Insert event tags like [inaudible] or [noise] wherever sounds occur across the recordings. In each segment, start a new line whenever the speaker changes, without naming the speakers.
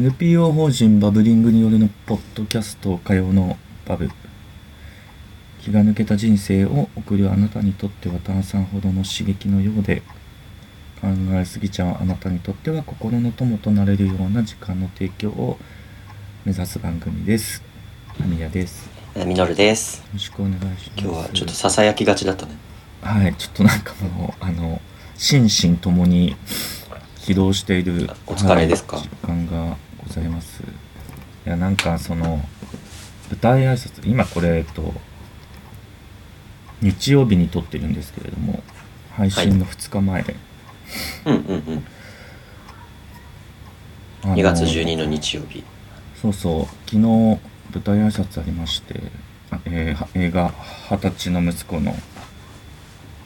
NPO 法人バブリングによるのポッドキャスト火曜のバブ気が抜けた人生を送るあなたにとっては炭酸ほどの刺激のようで考えすぎちゃうあなたにとっては心の友となれるような時間の提供を目指す番組ですアミヤですよ
えーみのるです
ろしくお願いします
今日はちょっとささやきがちだったね
はいちょっとなんかもうあの心身ともに起動している
お疲れですか
はい時間がございますいやなんかその舞台挨拶今これえっと日曜日に撮ってるんですけれども配信の2日前、
うんうん
あ
うん
の
2月12の日曜日
そうそう昨日舞台挨拶ありましてあえーは映画「二十歳の息子の」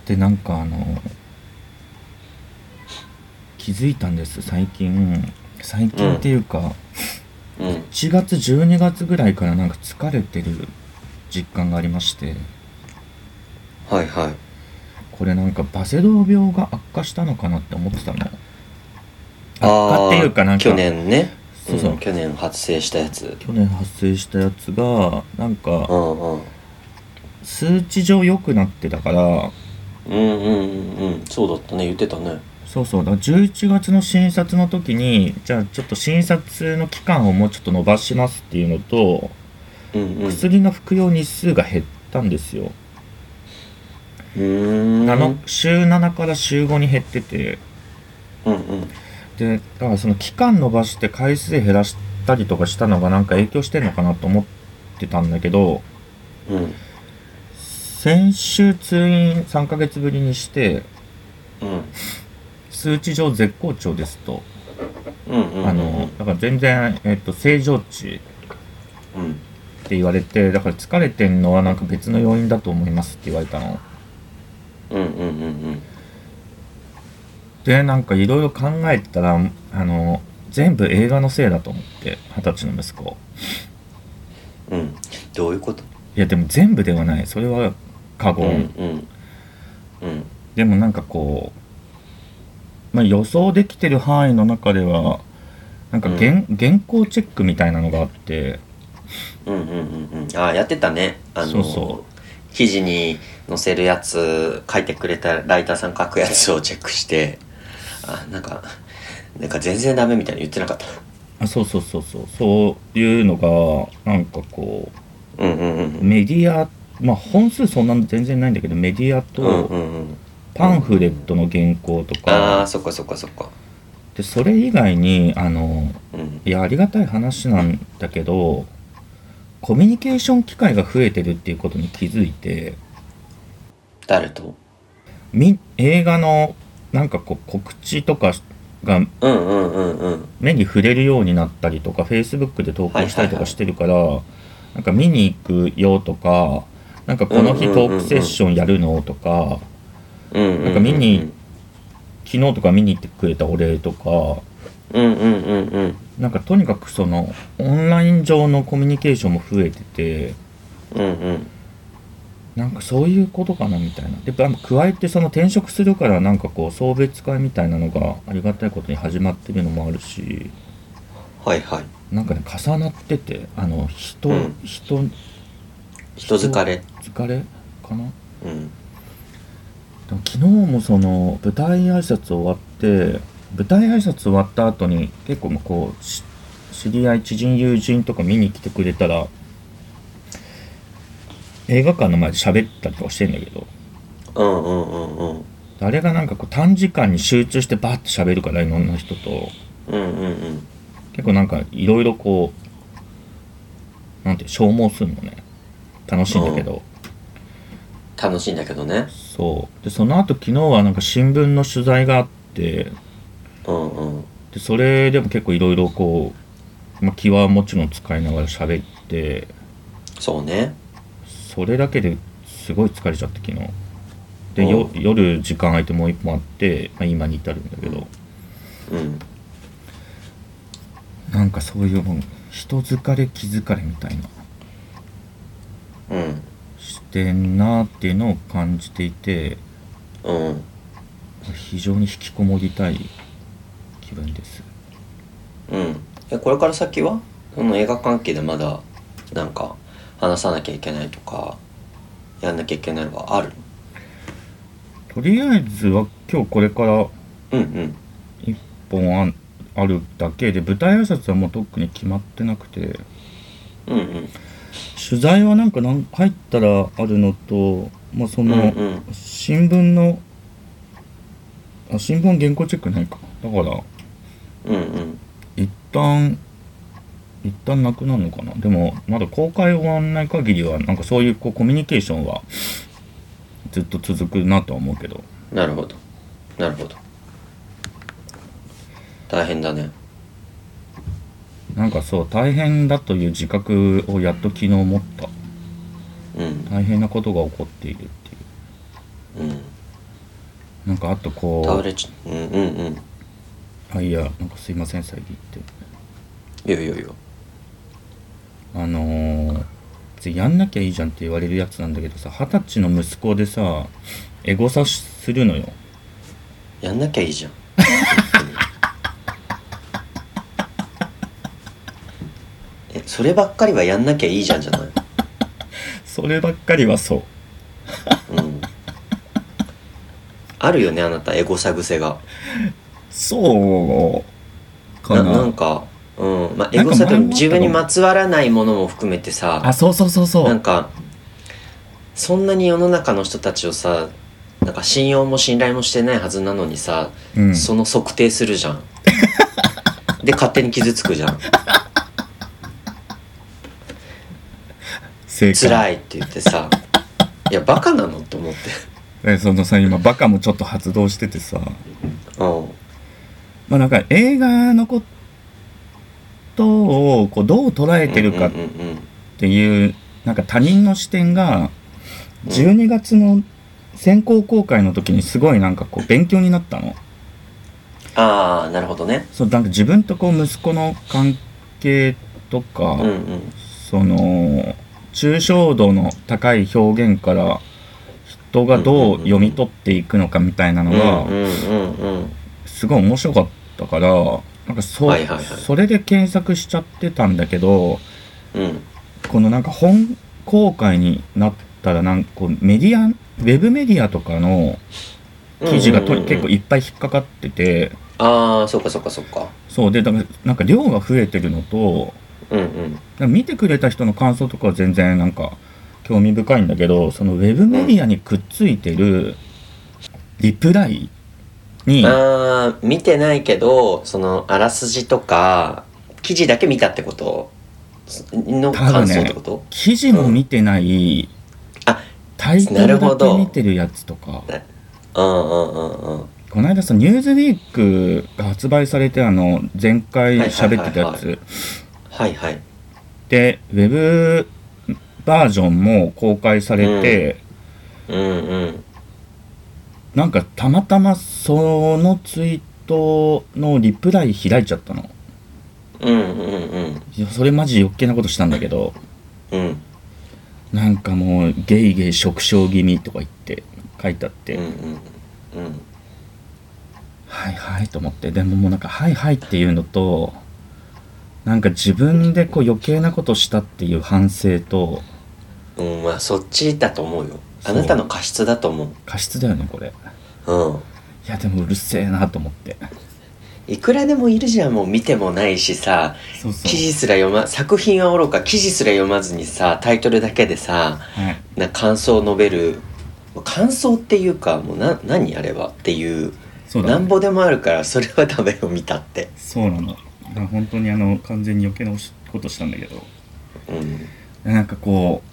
でなんかあの気づいたんです最近最近っていうか、
うん
1月12月ぐらいからなんか疲れてる実感がありまして
はいはい
これなんかバセドウ病が悪化したのかなって思ってたの悪化
あ
っていうかなん
あ
か
去年ね
そうそう
うん去年発生したやつ
去年発生したやつがなん
う
か
んうん
数値上良くなってたから
うんうんうんうんそうだったね言ってたね
そうそうだから11月の診察の時にじゃあちょっと診察の期間をもうちょっと伸ばしますっていうのと
うんうん
薬の服用日数が減ったんですよ、
うーん
なの週7から週5に減ってて
うんうん
でだからその期間延ばして回数減らしたりとかしたのがなんか影響してんのかなと思ってたんだけど
うん
先週通院3ヶ月ぶりにして
うん
数値上絶好調ですと、
うんうん
あのだから全然、えっと正常値
う
っ
ん
て言われてだから疲れてんのはなんか別の要因だと思いますって言われたの
うんうんうん
でなんかいろいろ考えてたらあの全部映画のせいだと思って二十歳の息子
うんうんどういうこと
いやでも全部ではないそれは過
う
言、
んうんうん
でもなんかこう、まあ、予想できてる範囲の中ではなんか原,、原稿チェックみたいなのがあって
うんうんうんうんああやってたねあの
そうそ
記事に載せるやつ書いてくれたライターさん書くやつをチェックしてあなんかなんか全然ダメみたいなの言ってなかった
あそうそうそうそうそういうのがなんかこ
うんうんう
うんメディアまあ本数そんな全然ないんだけどメディアと、
うんうんうん
パンフレットの原稿と
ああ
か
そっかそっかそっか
でそれ以外にあの
うん
いやありがたい話なんだけどコミュニケーション機会が増えてるっていうことに気づいて
誰と
み映画のなんかこう告知とかが
うんうんうんうん
目に触れるようになったりとか Facebook で投稿したりとかしてるから、なんか見に行くよとかなんかこの日
うんうんうんう
ト
ん
ークセッションやるのとか、
うんう
なん
ん
か
うん
見に昨日とか見に行ってくれたお礼とか
うんうんうんうん
なんかとにかくそのオンライン上のコミュニケーションも増えてて
うんうん
なんかそういうことかなみたいなでやっぱ加えてその転職するからなんかこう送別会みたいなのがありがたいことに始まってるのもあるし
はいはい
なんかね重なっててあの人、
うん
人
人疲れ
疲れかな
うん
でも昨日もその舞台挨拶終わって舞台挨拶終わった後に結構もうこうし知り合い知人友人とか見に来てくれたら映画館の前で喋ったりとかしてんだけど
うんうんうんうん
あれがなんかこう短時間に集中してバーって喋るからいろんな人と
うんうんうん
結構なんかいろいろこうなんて消耗するのね楽しいんだけど、
楽しいんだけどね
そうでその後昨日はなんか新聞の取材があって
うんうん
でそれでも結構いろいろこう、まあ、気はもちろん使いながら喋って
そうね
それだけですごい疲れちゃって昨日でよ
う
夜時間空いてもう一本あって、まあ、今に至るんだけど
うん
なんかそういうもん人疲れ気疲れみたいな
うん
してんなーっていうのを感じていて
うん
非常に引きこもりたい気分です
うんえこれから先はその映画関係でまだなんか話さなきゃいけないとかやんなきゃいけないのがある
とりあえずは今日これから
うんうん
1本あんあるだけで舞台挨拶はもう特に決まってなくて
うんうん
取材はなんかなん入ったらあるのと、まあ、そ
うんう
の
ん
新聞のあ新聞原稿チェックないかだから
うんうん
一旦一旦なくなるのかなでもまだ公開終わんない限りはなんかそういうこうコミュニケーションはずっと続くなとは思うけど
なるほどなるほど大変だね
なんかそう大変だという自覚をやっと昨日持った
うん
大変なことが起こっているっていう
うん
なんかあと
倒
こ
れちうんうんうん
うあいやなんかすいません遮って
いやいやいや
あのーついやんなきゃいいじゃんって言われるやつなんだけどさ二十歳の息子でさエゴサするのよ
やんなきゃいいじゃん [laughs] えそればっかりはやんなきゃいいじゃんじゃない
そればっかりはそう
うんあるよねあなたエゴサ癖が
そうか
な
な
なんかうんまあ
な
エ
んか前も
ゴ
あった
サ
か
と
も
自分にまつわらないものも含めて
あ
さ
そうそうそうそ
なん
う
かそんなに世の中の人たちをさなんか信用も信頼もしてないはずなのにさ、
うん
その測定するじゃ
[laughs]
んで勝手に傷つくじゃん
正
辛いって言ってさいやバカなのって思って
えそのさ今バカもちょっと発動しててさ
う
まあなんか映画のことをこうどう捉え
ん
てるか
う
っ
んうんうん
ていうなんか他人の視点が12月の先行公開の時にすごいなんかこう勉強になったの。
ああなるほどね
そうなんか自分とこう息子の関係とか、
うんうん
その抽象度の高い表現から人がどう読み取っていくのかみたいなの
うんう
が
んうんうん
すごい面白かったからなんかそう、
はいはいはい
それで検索しちゃってたんだけど
うん
このなんか本公開になったらなんかこうメディアウェブメディアとかの記事がと、
うんうんうんうん
結構いっぱい引っかかってて
ああそっかそっかそっか
そうでだからなんか量が増えてるのと
うんうん
だから見てくれた人の感想とかは全然なんか興味深いんだけどそのウェブメディアにくっついてるリプライに
ああ見てないけどそのあらすじとか記事だけ見たってことの感想ってこと、
記事も見てない、
あ
タイト
なる
ル
ほ
だ
ど
け見てるやつとか
うんうんうんうん
この間さ「ニューズウィークが発売されてあの前回喋ってたや
はいはいはいは
つ
はいはい
でウェブバージョンも公開されて、
うんうん
なんかたまたまそのツイートのリプライ開いちゃったの。
うんうんうん
いやそれマジ余計なことしたんだけど
うん
なんかもうゲイゲイ食傷気味とか言って書いてあって、
うんうんうん
はいはいと思ってでももうなんかはいはいっていうのとなんか自分でこう余計なことしたっていう反省と
うん、まあそっちだと思うよ
そ
あ
う
なたの過失だと思
過失だよねこれ
ううん
いやでもうるせえなと思って
いくらでもいるじゃんもう見てもないしさ
そうそ
記
う、
事すら読ま作品はおろか記事すら読まずにさタイトルだけでさ
はい、
な感想を述べる感想っていうかもうな何あればっていう
そう
な
だ、
んぼでもあるからそれはダメよ見たって
そうなのだから本当にあの完全に余計なことしたんだけど
うん
なんかこう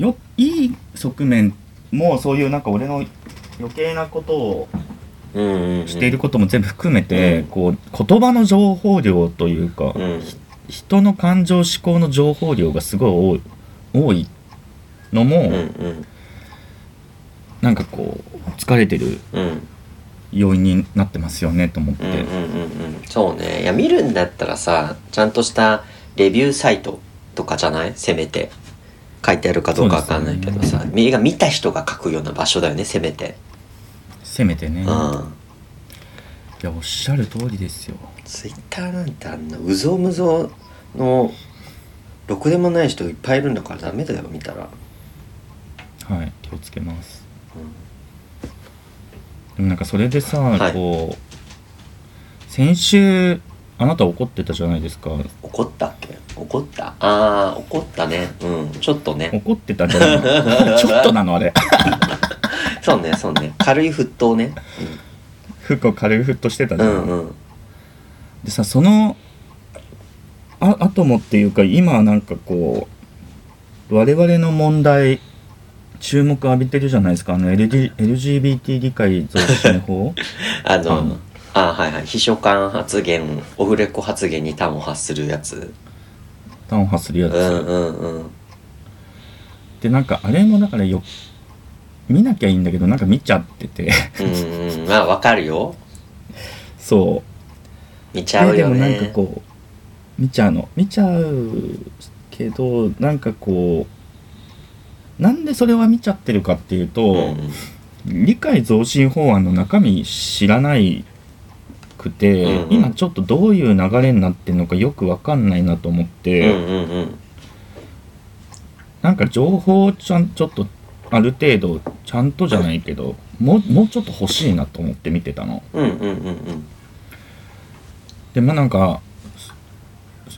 よいい側面もそういうなんか俺の余計なことを
うんうん、うん、
していることも全部含めて、
うん
こう言葉の情報量というか、
うん
人の感情思考の情報量がすごい多い多いのも、
うんうん
なんかこう疲れてる
うんうん
要因になってますよねと思って、
うんうんうんそうねいや見るんだったらさちゃんとしたレビューサイトとかじゃないせめて書いてあるかどうかわかんないけど
そう
さ、
です
映画見た人が書くような場所だよねせめて
せめてね、
う
い
ん
ややおっしゃる通りですよ
ツイッターなんてあんなうぞうむぞうのろくでもない人いっぱいいるんだからダメだよ見たら、
はい気をつけます
う
でもなんかそれでさ、
はい
こう先週あなた怒ってたじゃないですか
ん、怒ったっけ怒ったあー怒ったねうんちょっとね
怒ってたじゃない
[laughs]
ちょっとなのあれ
そうねそうね軽い沸騰ね、
服を軽いふっとしてた
う
じゃん、
ん、うんうん
でさそのあ後もっていうか今なんかこう我々の問題注目浴びてるじゃないですかあの LG LGBT 理解増進
[laughs]
法
あの、
うん
あーはいはい秘書官発言オフレコ発言に端を発するやつ
端を発するや
う
つ、
んうんうん
でなんかあれもだからよ見なきゃいいんだけどなんか見ちゃってて [laughs]
うんうんまあわかるよ
そう
見ちゃう
で
よ
もな
ね
んかこう見ちゃうの見ちゃうけどなんかこうなんでそれは見ちゃってるかっていうと、
うんうん
理解増進法案の中身知らないくて、
うんうん
今ちょっとどういう流れになってるのかよくわかんないなと思っ
う
て、
んうんうん
なんか情報をちゃんちょっとある程度ちゃんとじゃないけどもうもうちょっと欲しいなと思って見てたの。
うんうんうんうん
でもなんか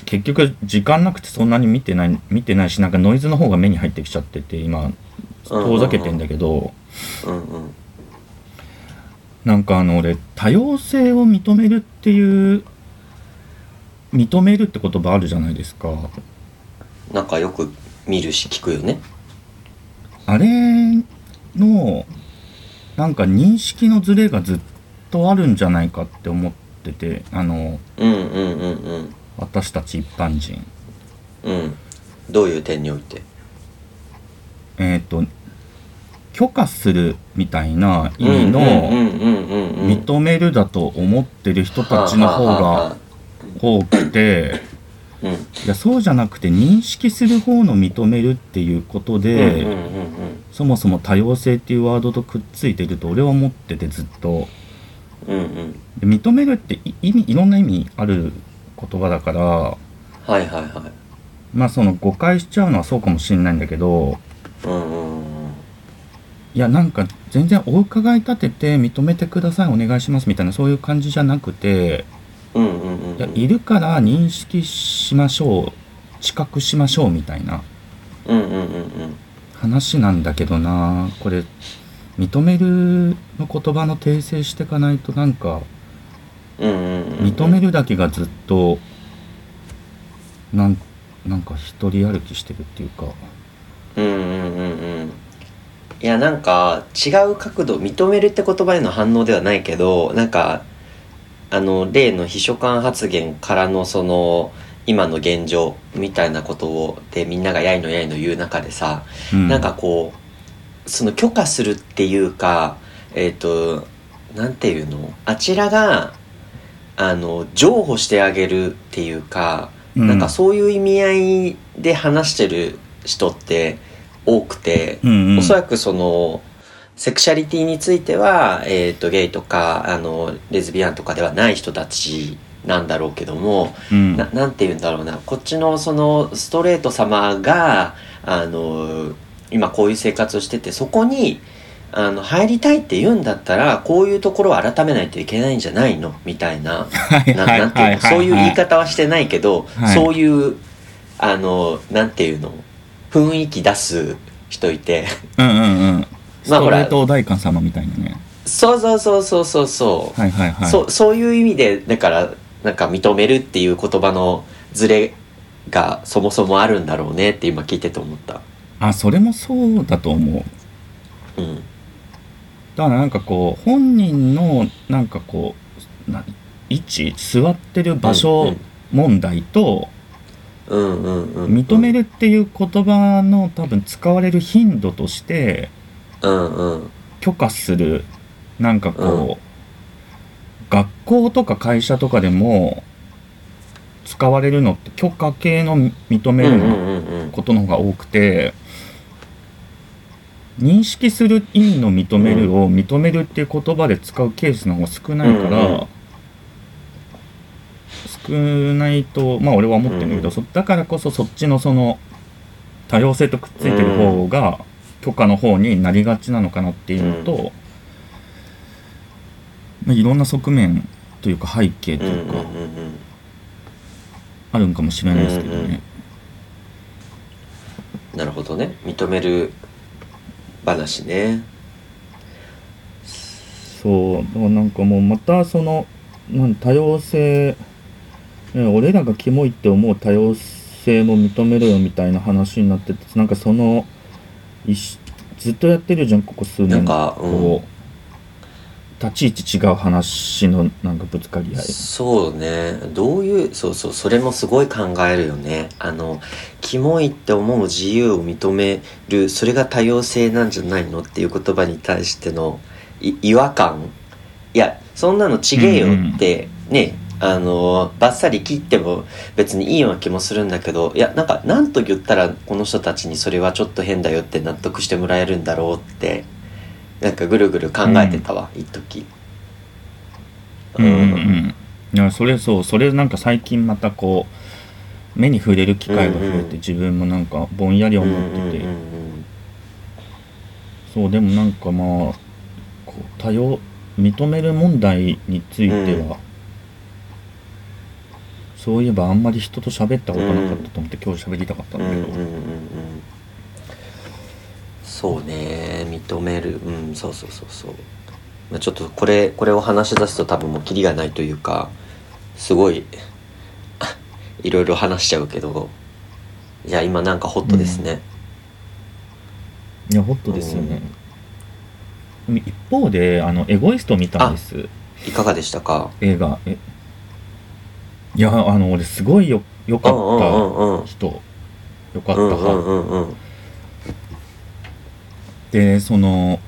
結局時間なくてそんなに見てない見てないしなんかノイズの方が目に入ってきちゃってて今遠ざけてんだけど、
うんうん
なんかあの俺多様性を認めるっていう認めるって言葉あるじゃないですか
なんかよく見るし聞くよね
あれのなんか認識のズレがずっとあるんじゃないかって思っててあの
うんうんうんうん
私たち一般人
うんどういう点において
えっ、と許可するみたいな意味の、
うんうんうんうんうん
認めるだと思ってる人たちの方が多くて
うん
いやそうじゃなくて認識する方の認めるっていうことで、
うんうんうん
そもそも多様性っていうワードとくっついてると俺は思っててずっと
うんうんうん
で認めるってい意味いろんな意味ある言葉だから
はいはいはい
まあその誤解しちゃうのはそうかもしれないんだけど
うんうんうん
いやなんか全然お伺い立てて認めてくださいお願いしますみたいなそういう感じじゃなくて
うんうんうん
いやいるから認識しましょう知覚しましょうみたいな
うんうんうん
話なんだけどなこれ認めるの言葉の訂正していかないとなんか
うんうんうんうん
認めるだけがずっとなんなんか一人歩きしてるっていうか
うんうんうんうんいやなんか違う角度認めるって言葉への反応ではないけどなんかあの例の秘書官発言からのその今の現状みたいなことをでみんながやいのやいの言う中でさ、
う
なんかこうその許可するっていうかえっ、となんていうのあちらがあの譲歩してあげるっていうか
う
なんかそういう意味合いで話してる人って多くて、
うんうん
おそらくそのセクシャリティについては、えー、とゲイとかあのレズビアンとかではない人たちなんだろうけども
うん
ななんて言うんだろうなこっちのそのストレート様があの今こういう生活をしててそこにあの入りたいって言うんだったらこういうところを改めないといけないんじゃないのみたいな。
はい
な
はい
なんていう
は
のそういう言い
は
方はしてないけど、
はい
そういうあのなんていうの雰囲気出す人いて
うんうんうんス
まあ
ト
ほ
レ
ら
ート大官様みたいなね
そうそうそうそうそうそう,、
はいはいはい
そうそういう意味でだからなんか認めるっていう言葉のズレがそもそもあるんだろうねって今聞いてて思った。
あそれもそうだと思う
うん
だからなんかこう本人のなんかこうな位置座ってる場所問題と
うんうんうん、
認めるっていう言葉の多分使われる頻度として
うんうん
許可するなんかこう学校とか会社とかでも使われるのって許可系の認
うん
め
う
る
んう
の
んうん
ことの方が多くて認識する意味の認めるを認めるっていう言葉で使うケースの方が少ないか
うんうん
らないと、まあ、俺は思ってるんだけど、
うん
そだからこそそっちのその多様性とくっついてる方が許可の方になりがちなのかなっていうのと、まあ、いろんな側面というか背景と
うんうん
いう
うん
か
うん
あるんかもしれないですけどね。
なるほどね認める話ね
そうだからなんかもうまたそのなん多様性え俺らがキモいって思う多様性も認めろよみたいな話になっててなんかそのいしずっとやってるじゃんここ数
なん
年
か
こう立ち位置違う話のなんかぶつかり合い
そうねどういうそうそうそれもすごい考えるよねあのキモいって思う自由を認めるそれが多様性なんじゃないのっていう言葉に対してのい違和感いやそんなのちげえよって、ねあのバッサリ切っても別にいいような気もするんだけどいやなんか何と言ったらこの人たちにそれはちょっと変だよって納得してもらえるんだろうってなんかぐるぐる考えてたわ、一時
うんうんうんいやそれそうそれなんか最近またこう目に触れる機会が増えて、
うんうん
自分もなんかぼんやり思ってて、
うんうんうんうん
そうでもなんかまあこう多様認める問題については、
うん
そういえばあんまり人と喋ったことなかったと思って、今日喋りたかったんだけど、
うんうんうんうんそうね認めるうんそうそうそうそうまあちょっとこれこれを話し出すと多分もうキリがないというかすごい [laughs] いろいろ話しちゃうけどいや今なんかホットですね、
いやホットですよね、でも一方であのエゴイスト見たんです
いかがでしたか
映画えいやあの俺すごいよ良か
うんうんう
っ
んうん
た人良かった
う
派、
んうんうんうん
でその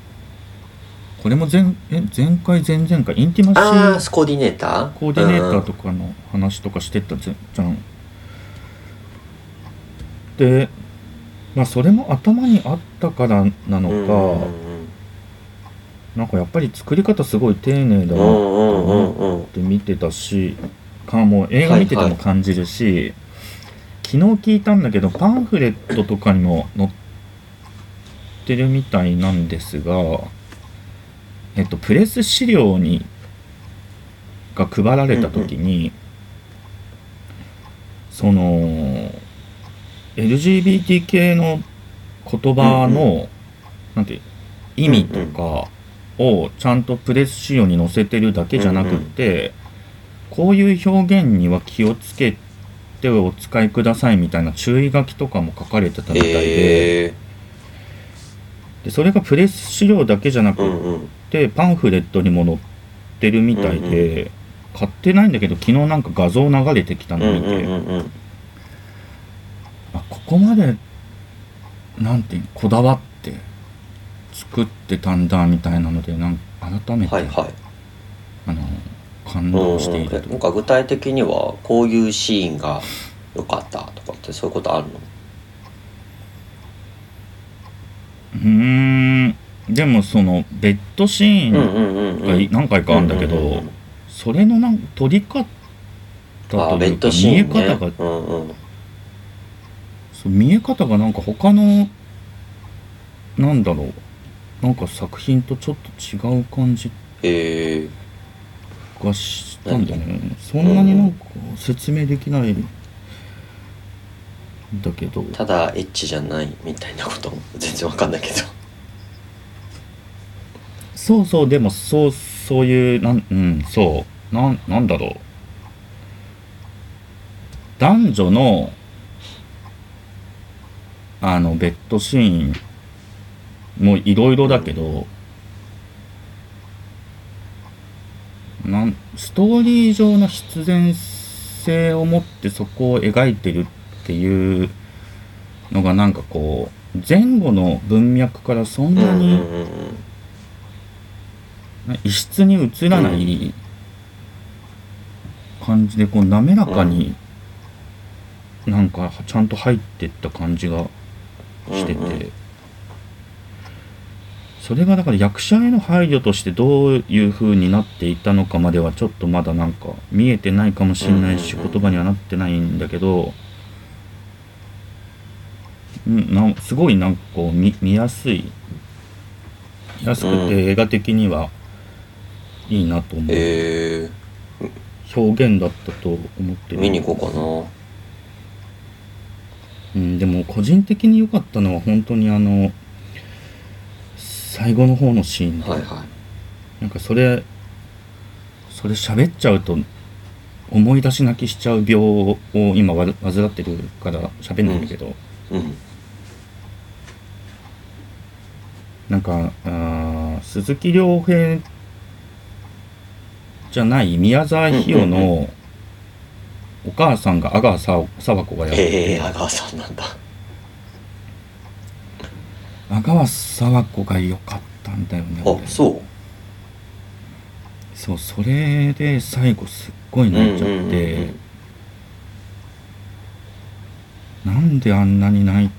これも前え前回前々回インティマシ
あ
ー
あコーディネーター
コーディネーターとかの話とかしてたじゃん。で、まあ、それも頭にあったからなの
うんうん
か、
うん
なんかやっぱり作り方すごい丁寧だな
う
と
んう
思
んうんうん
って見てたし、かもう映画見てても感じるし、昨日聞いたんだけど、パンフレットとかにも載ってるみたいなんですが、えっと、プレス資料にが配られた時に、その LGBT 系の言葉の、なんて意味とかをちゃんとプレス資料に載せてるだけじゃなくて、こういう表現には気をつけてお使いくださいみたいな注意書きとかも書かれてたみたいで,、
え
でそれがプレス資料だけじゃな
ーう
く
んうん
でパンフレットにも載ってるみたいで、買ってないんだけど昨日なんか画像流れてきた
うん
の見て、
うんうんうん
あここまでなんていうのこだわって作ってたんだみたいなのでなんか改めて、
はいはい
あの感動している
うん
と
うんえなんか具体的にはこういうシーンが良かったとかってそういうことあるの
うーんでもそのベッドシーン
うんうん
がい何回かあるんだけど、
うんうんうん
それのなんか撮り方と
あベ
いう
ッ
か
ドシ
見え
ーンね
方が、
うんうん
そう見え方がなんか他のなんだろうなんか作品とちょっと違う感じ
えー
がしたんだよねそんなになんか説明できないんだけど
ただエッチじゃないみたいなこと [laughs] 全然わかんないけど
そうそうでもそうそういうなんうんそうなんなんだろう男女のあのベッドシーンもいろいろだけど、なんストーリー上の必然性を持ってそこを描いてるっていうのがなんかこう前後の文脈からそんなに、
うんうん
異質に映らない感じでこう滑らかになんかちゃんと入ってった感じが
うん
してて、
うんうん
それがだから役者への配慮としてどういう風になっていたのかまではちょっとまだなんか見えてないかもしれないし
うんうんうん
言葉にはなってないんだけど、うん、なんすごいなんかこう見見やすい見やすく
うん
て映画的にはいいなと思う、
え
表現だったと思って
ー、
る
見に行こ
うん、でも個人的に良かったのは本当にあの最後の方のシーン
う
で、
かなはいはい
なんかそれそれ喋っちゃうと思い出し泣きしちゃう病を今わ患ってるから喋んないんだけど、
うん
なんかあー鈴木亮平じゃない宮沢ひよ
うんう
のお母さんが阿川佐和子がやって
ええ
て
ー、阿川さんなんだ
阿川佐和子が良かったんだよね俺
あそ
そうそれで最後すっごいう
うん
泣
う
い
ん
ちゃって、
うんうん
なんであんなに泣い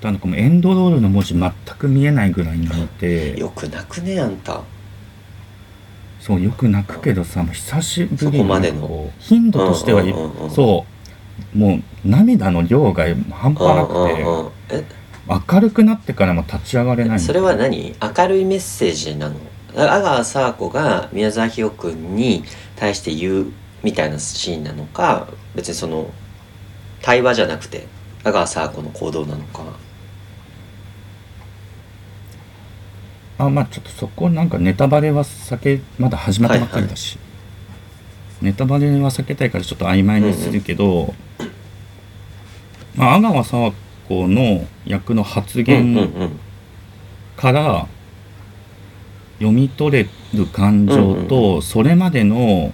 たのかもエンドロールの文字全く見えないぐらい泣いて
よく泣くねあんた
そうよく泣くけどさもう久しぶり
そこ
に
までの
こう頻度としてはい
うんうんうんうん
そうもう涙の量が半端
うんうん
な
うん
く
え
て明るくなってからも立ち上がれない
それは何明るいメッセージなの阿川佐和子が宮沢ひよ君に対して言うみたいなシーンなのか別にその対話じゃなくて阿川佐和子の行動なのか
あまあちょっとそこなんかネタバレは避けまだ始まったばっかりだし、ネタバレは避けたいからちょっと曖昧にするけど、まあ、阿川佐和子の役の発
うん
言
うん
から読み取れる感情
うん
とそれまでの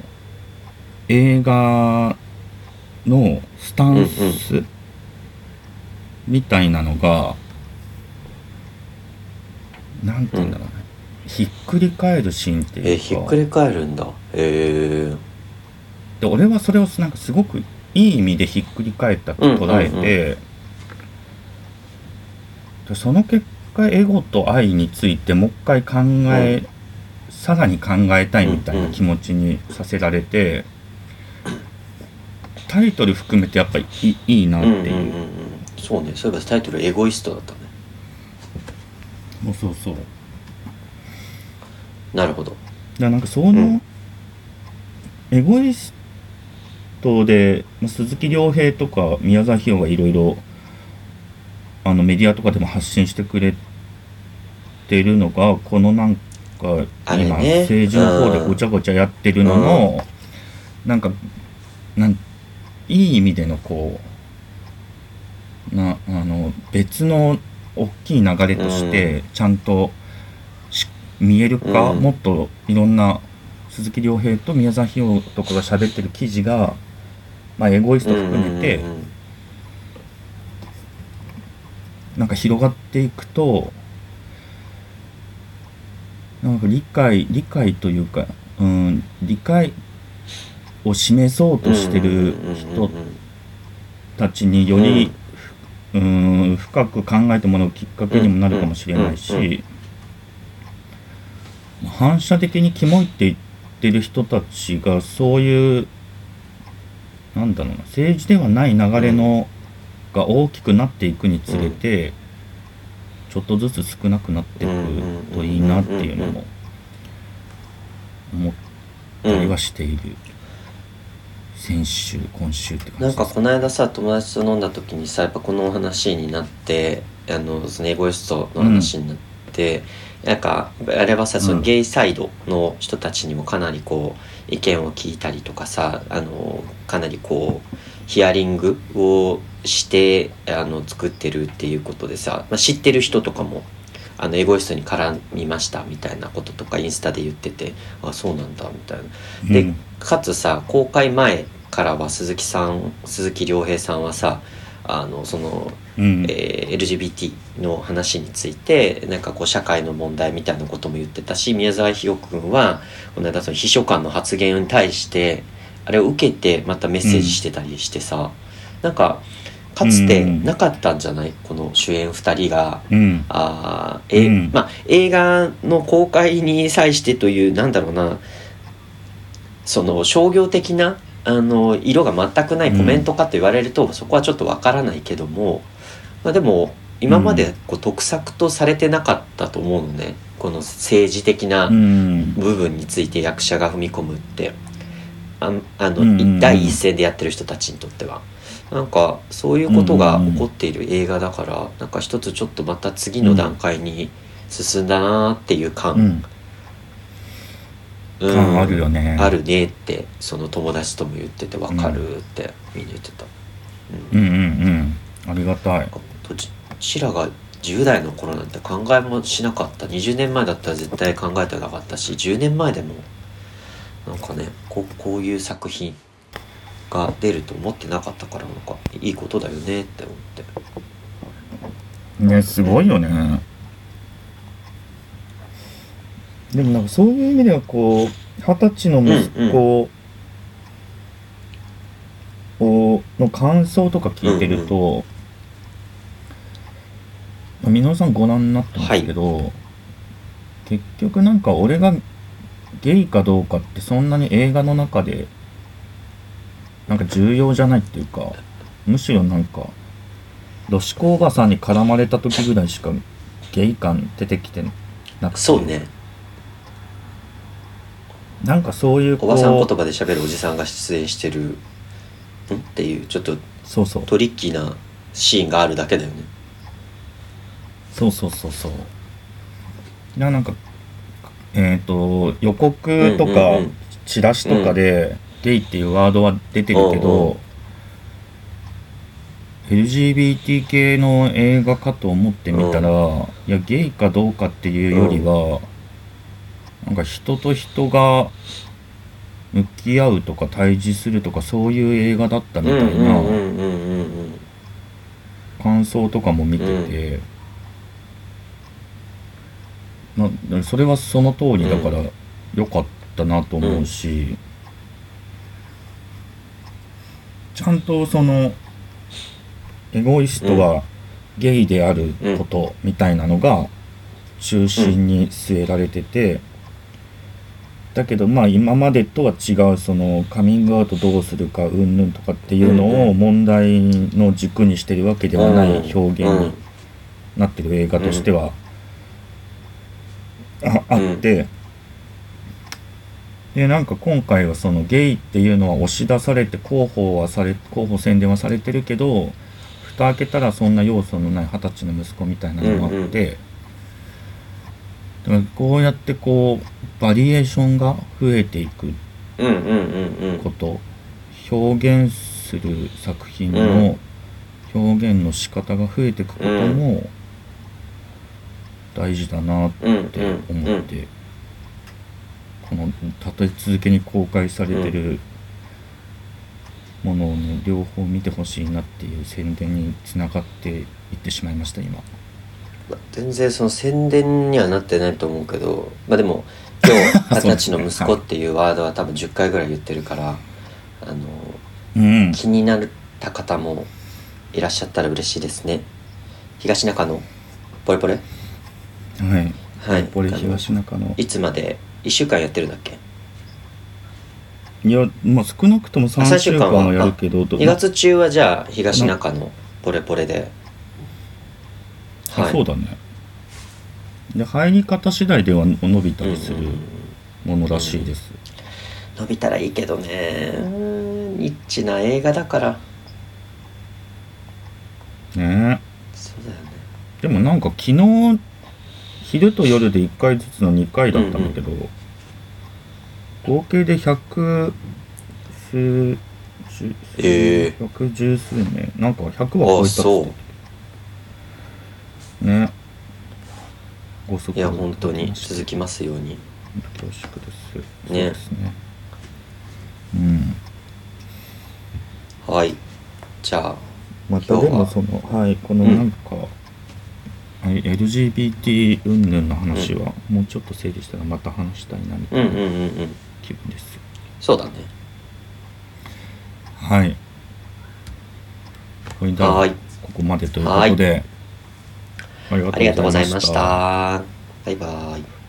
映画のスタンスみたいなのがなんて言うんだろうねひっくり返るシーンって
え
い
ひ
う
っ
か
くり返るんだえー、
で俺はそれをなんかすごくいい意味でひっくり返ったと捉えて、
うんうんうん
でその結果エゴと愛についてもう一回考え、さらに考えたいみたいな気持ちにさせられて、タイトル含めてやっぱりいいいなっ
う
て
んうんう
いう。
んうんそうねそういえばタイトル「エゴイスト」だったね
もうそうそう。だか
なるほど
らなんかその、
うん
エゴイストで、まあ鈴木亮平とか宮沢ひよがいろいろあのメディアとかでも発信してくれてるのがこのなんか
あれ
今、
ね
政治の方でごちゃごちゃやってるのの、なんかなんいい意味でのこうなあの別の大きい流れとしてちゃんとし見えるか、
うん
もっといろんな鈴木亮平と宮沢ひよとかが喋ってる記事が、まあ、エゴイスト含めて、
うんうんうん
なんか広がっていくとなんか理解理解というか、うん、理解を示そうとしてる人たちにより、うん、深く考えてもらうきっかけにもなるかもしれない
うんうんうん
し反射的にキモいって言ってる人たちがそういうなんだろうな政治ではない流れのが大きくなっていくにつれてちょっとずつ少なくなっていくといいなっていうのも思ったりはしている先週今週って
な
感
ん
じで
か
す
この間さ友達と飲んだ時にさやっぱこのお話になってあのそのエゴイストの話になって、なんかあれはさその
うん
ゲイサイドの人たちにもかなりこう意見を聞いたりとかさあのかなりこうヒアリングをしてあの作ってるっていうことでさ、まあ、知ってる人とかもあのエゴイストに絡みましたみたいなこととかインスタで言っててあそうなんだみたいな。で、
うん
かつさ公開前からは鈴木さん鈴木亮平さんはさあのその、
うん
えー LGBT の話についてなんかこう社会の問題みたいなことも言ってたし宮沢ひよくんはこの間その秘書官の発言に対してあれを受けてまたメッセージしてたりしてさ、なんかかつて
うん
なかったんじゃないこの主演2人が
うん
あーえ
うん
まあ、映画の公開に際してというなんだろうなその商業的なあの色が全くないコメントかと言われると、そこはちょっとわからないけども、まあ、でも今までこう特策とされてなかったと思うのねこの政治的な
うん
部分について役者が踏み込むってあんあの、
うんうんうん
第一線でやってる人たちにとってはなんかそういうことが起こっている映画だから、なんか一つちょっとまた次の段階に進んだなーっていう
う
感、
ん
うん
感あるよね
あるねってその友達とも言っててわかるってみんな言ってた、
うんうんうんありがたい
どちらが10代の頃なんて考えもしなかった20年前だったら絶対考えてなかったし10年前でもなんかねここういう作品が出ると思ってなかったからなんかいいことだよねって思って
ねすごいよねでもなんかそういう意味ではこう二十歳の息子をの感想とか聞いてるとまあみのるさんご覧になったんですけど、結局なんか俺がゲイかどうかってそんなに映画の中でなんか重要じゃないっていうかむしろなんかロシコおばさんに絡まれた時ぐらいしかゲイ感出てきてなくて
そうね
なんかそういう
おばさん言葉で喋るおじさんが出演してるんっていうちょっと
そうそう
トリッキーなシーンがあるだけだよね
そうそうそうそういやなんかえっ、と予告とか、
うんうんうん
チラシとかで「ゲイ」っていうワードは出てるけど、LGBT 系の映画かと思ってみたら、いやゲイかどうかっていうよりは、なんか人と人が向き合うとか対峙するとかそういう映画だった
う
み
んう
た
ん
い
うん
な
うんうんうん
感想とかも見てて、まそれはその通りだから良かったなと思うし、ちゃんとそのエゴイストはゲイであることみたいなのが中心に据えられてて、だけどまあ今までとは違うそのカミングアウトどうするかうんぬんとかっていうのを問題の軸にしてるわけではない表現になってる映画としてはああってでなんか今回はそのゲイっていうのは押し出されて広報はされ広報宣伝はされてるけど蓋開けたらそんな要素のない二十歳の息子みたいなのがあって、だからこうやってこうバリエーションが増えていく
うんうんうんうん
こと表現する作品
うん
の表現の仕方が増えていくことも大事だなって
うんうん
って思
う
っ
ん
て、この立て続けに公開されてるものをね両方見てほしいなっていう宣伝につながっていってしまいました今
全然その宣伝にはなってないと思うけどまあでも今日
あ
二
そう
十
です
歳の
ね
息子っていうワードは多分10回ぐらい言ってるからあの
うん
気になった方もいらっしゃったら嬉しいですね東中のポレポレ
はい
はい
これ
あの
東中の
いつまで1週間やってるんだっけ
いやまあ少なくとも3
三週
週
間
間
は
はやるけどど
2月中はじゃあ東中のポレポレで
あそうだねで入り方次第では伸びたりす
うんうん
る
うん
ものらしいです、
伸びたらいいけどねうんニッチな映画だから
ね
そうだよね
でもなんか昨日昼と夜で1回ずつの2回だったんだけど、合計で100数十数
え
110数名なんか100は超え
あ
たっつって
そう
ねご足
いや本当に続きますように
恐縮ですねそう
ね
ですねうん
はいじゃあ
また
今日
で
は
もそのはいこのなんか、はい LGBT 云々の話は、もうちょっと整理したらまた話したいなみ
うん
た
う
い
ん
な
うんうん
気分です、
そうだね
はいほいだ
は
ら
い。
ここまでということでありが
ありが
と
とう
うご
ござ
ざい
いま
ま
し。
したた。
バイバイ。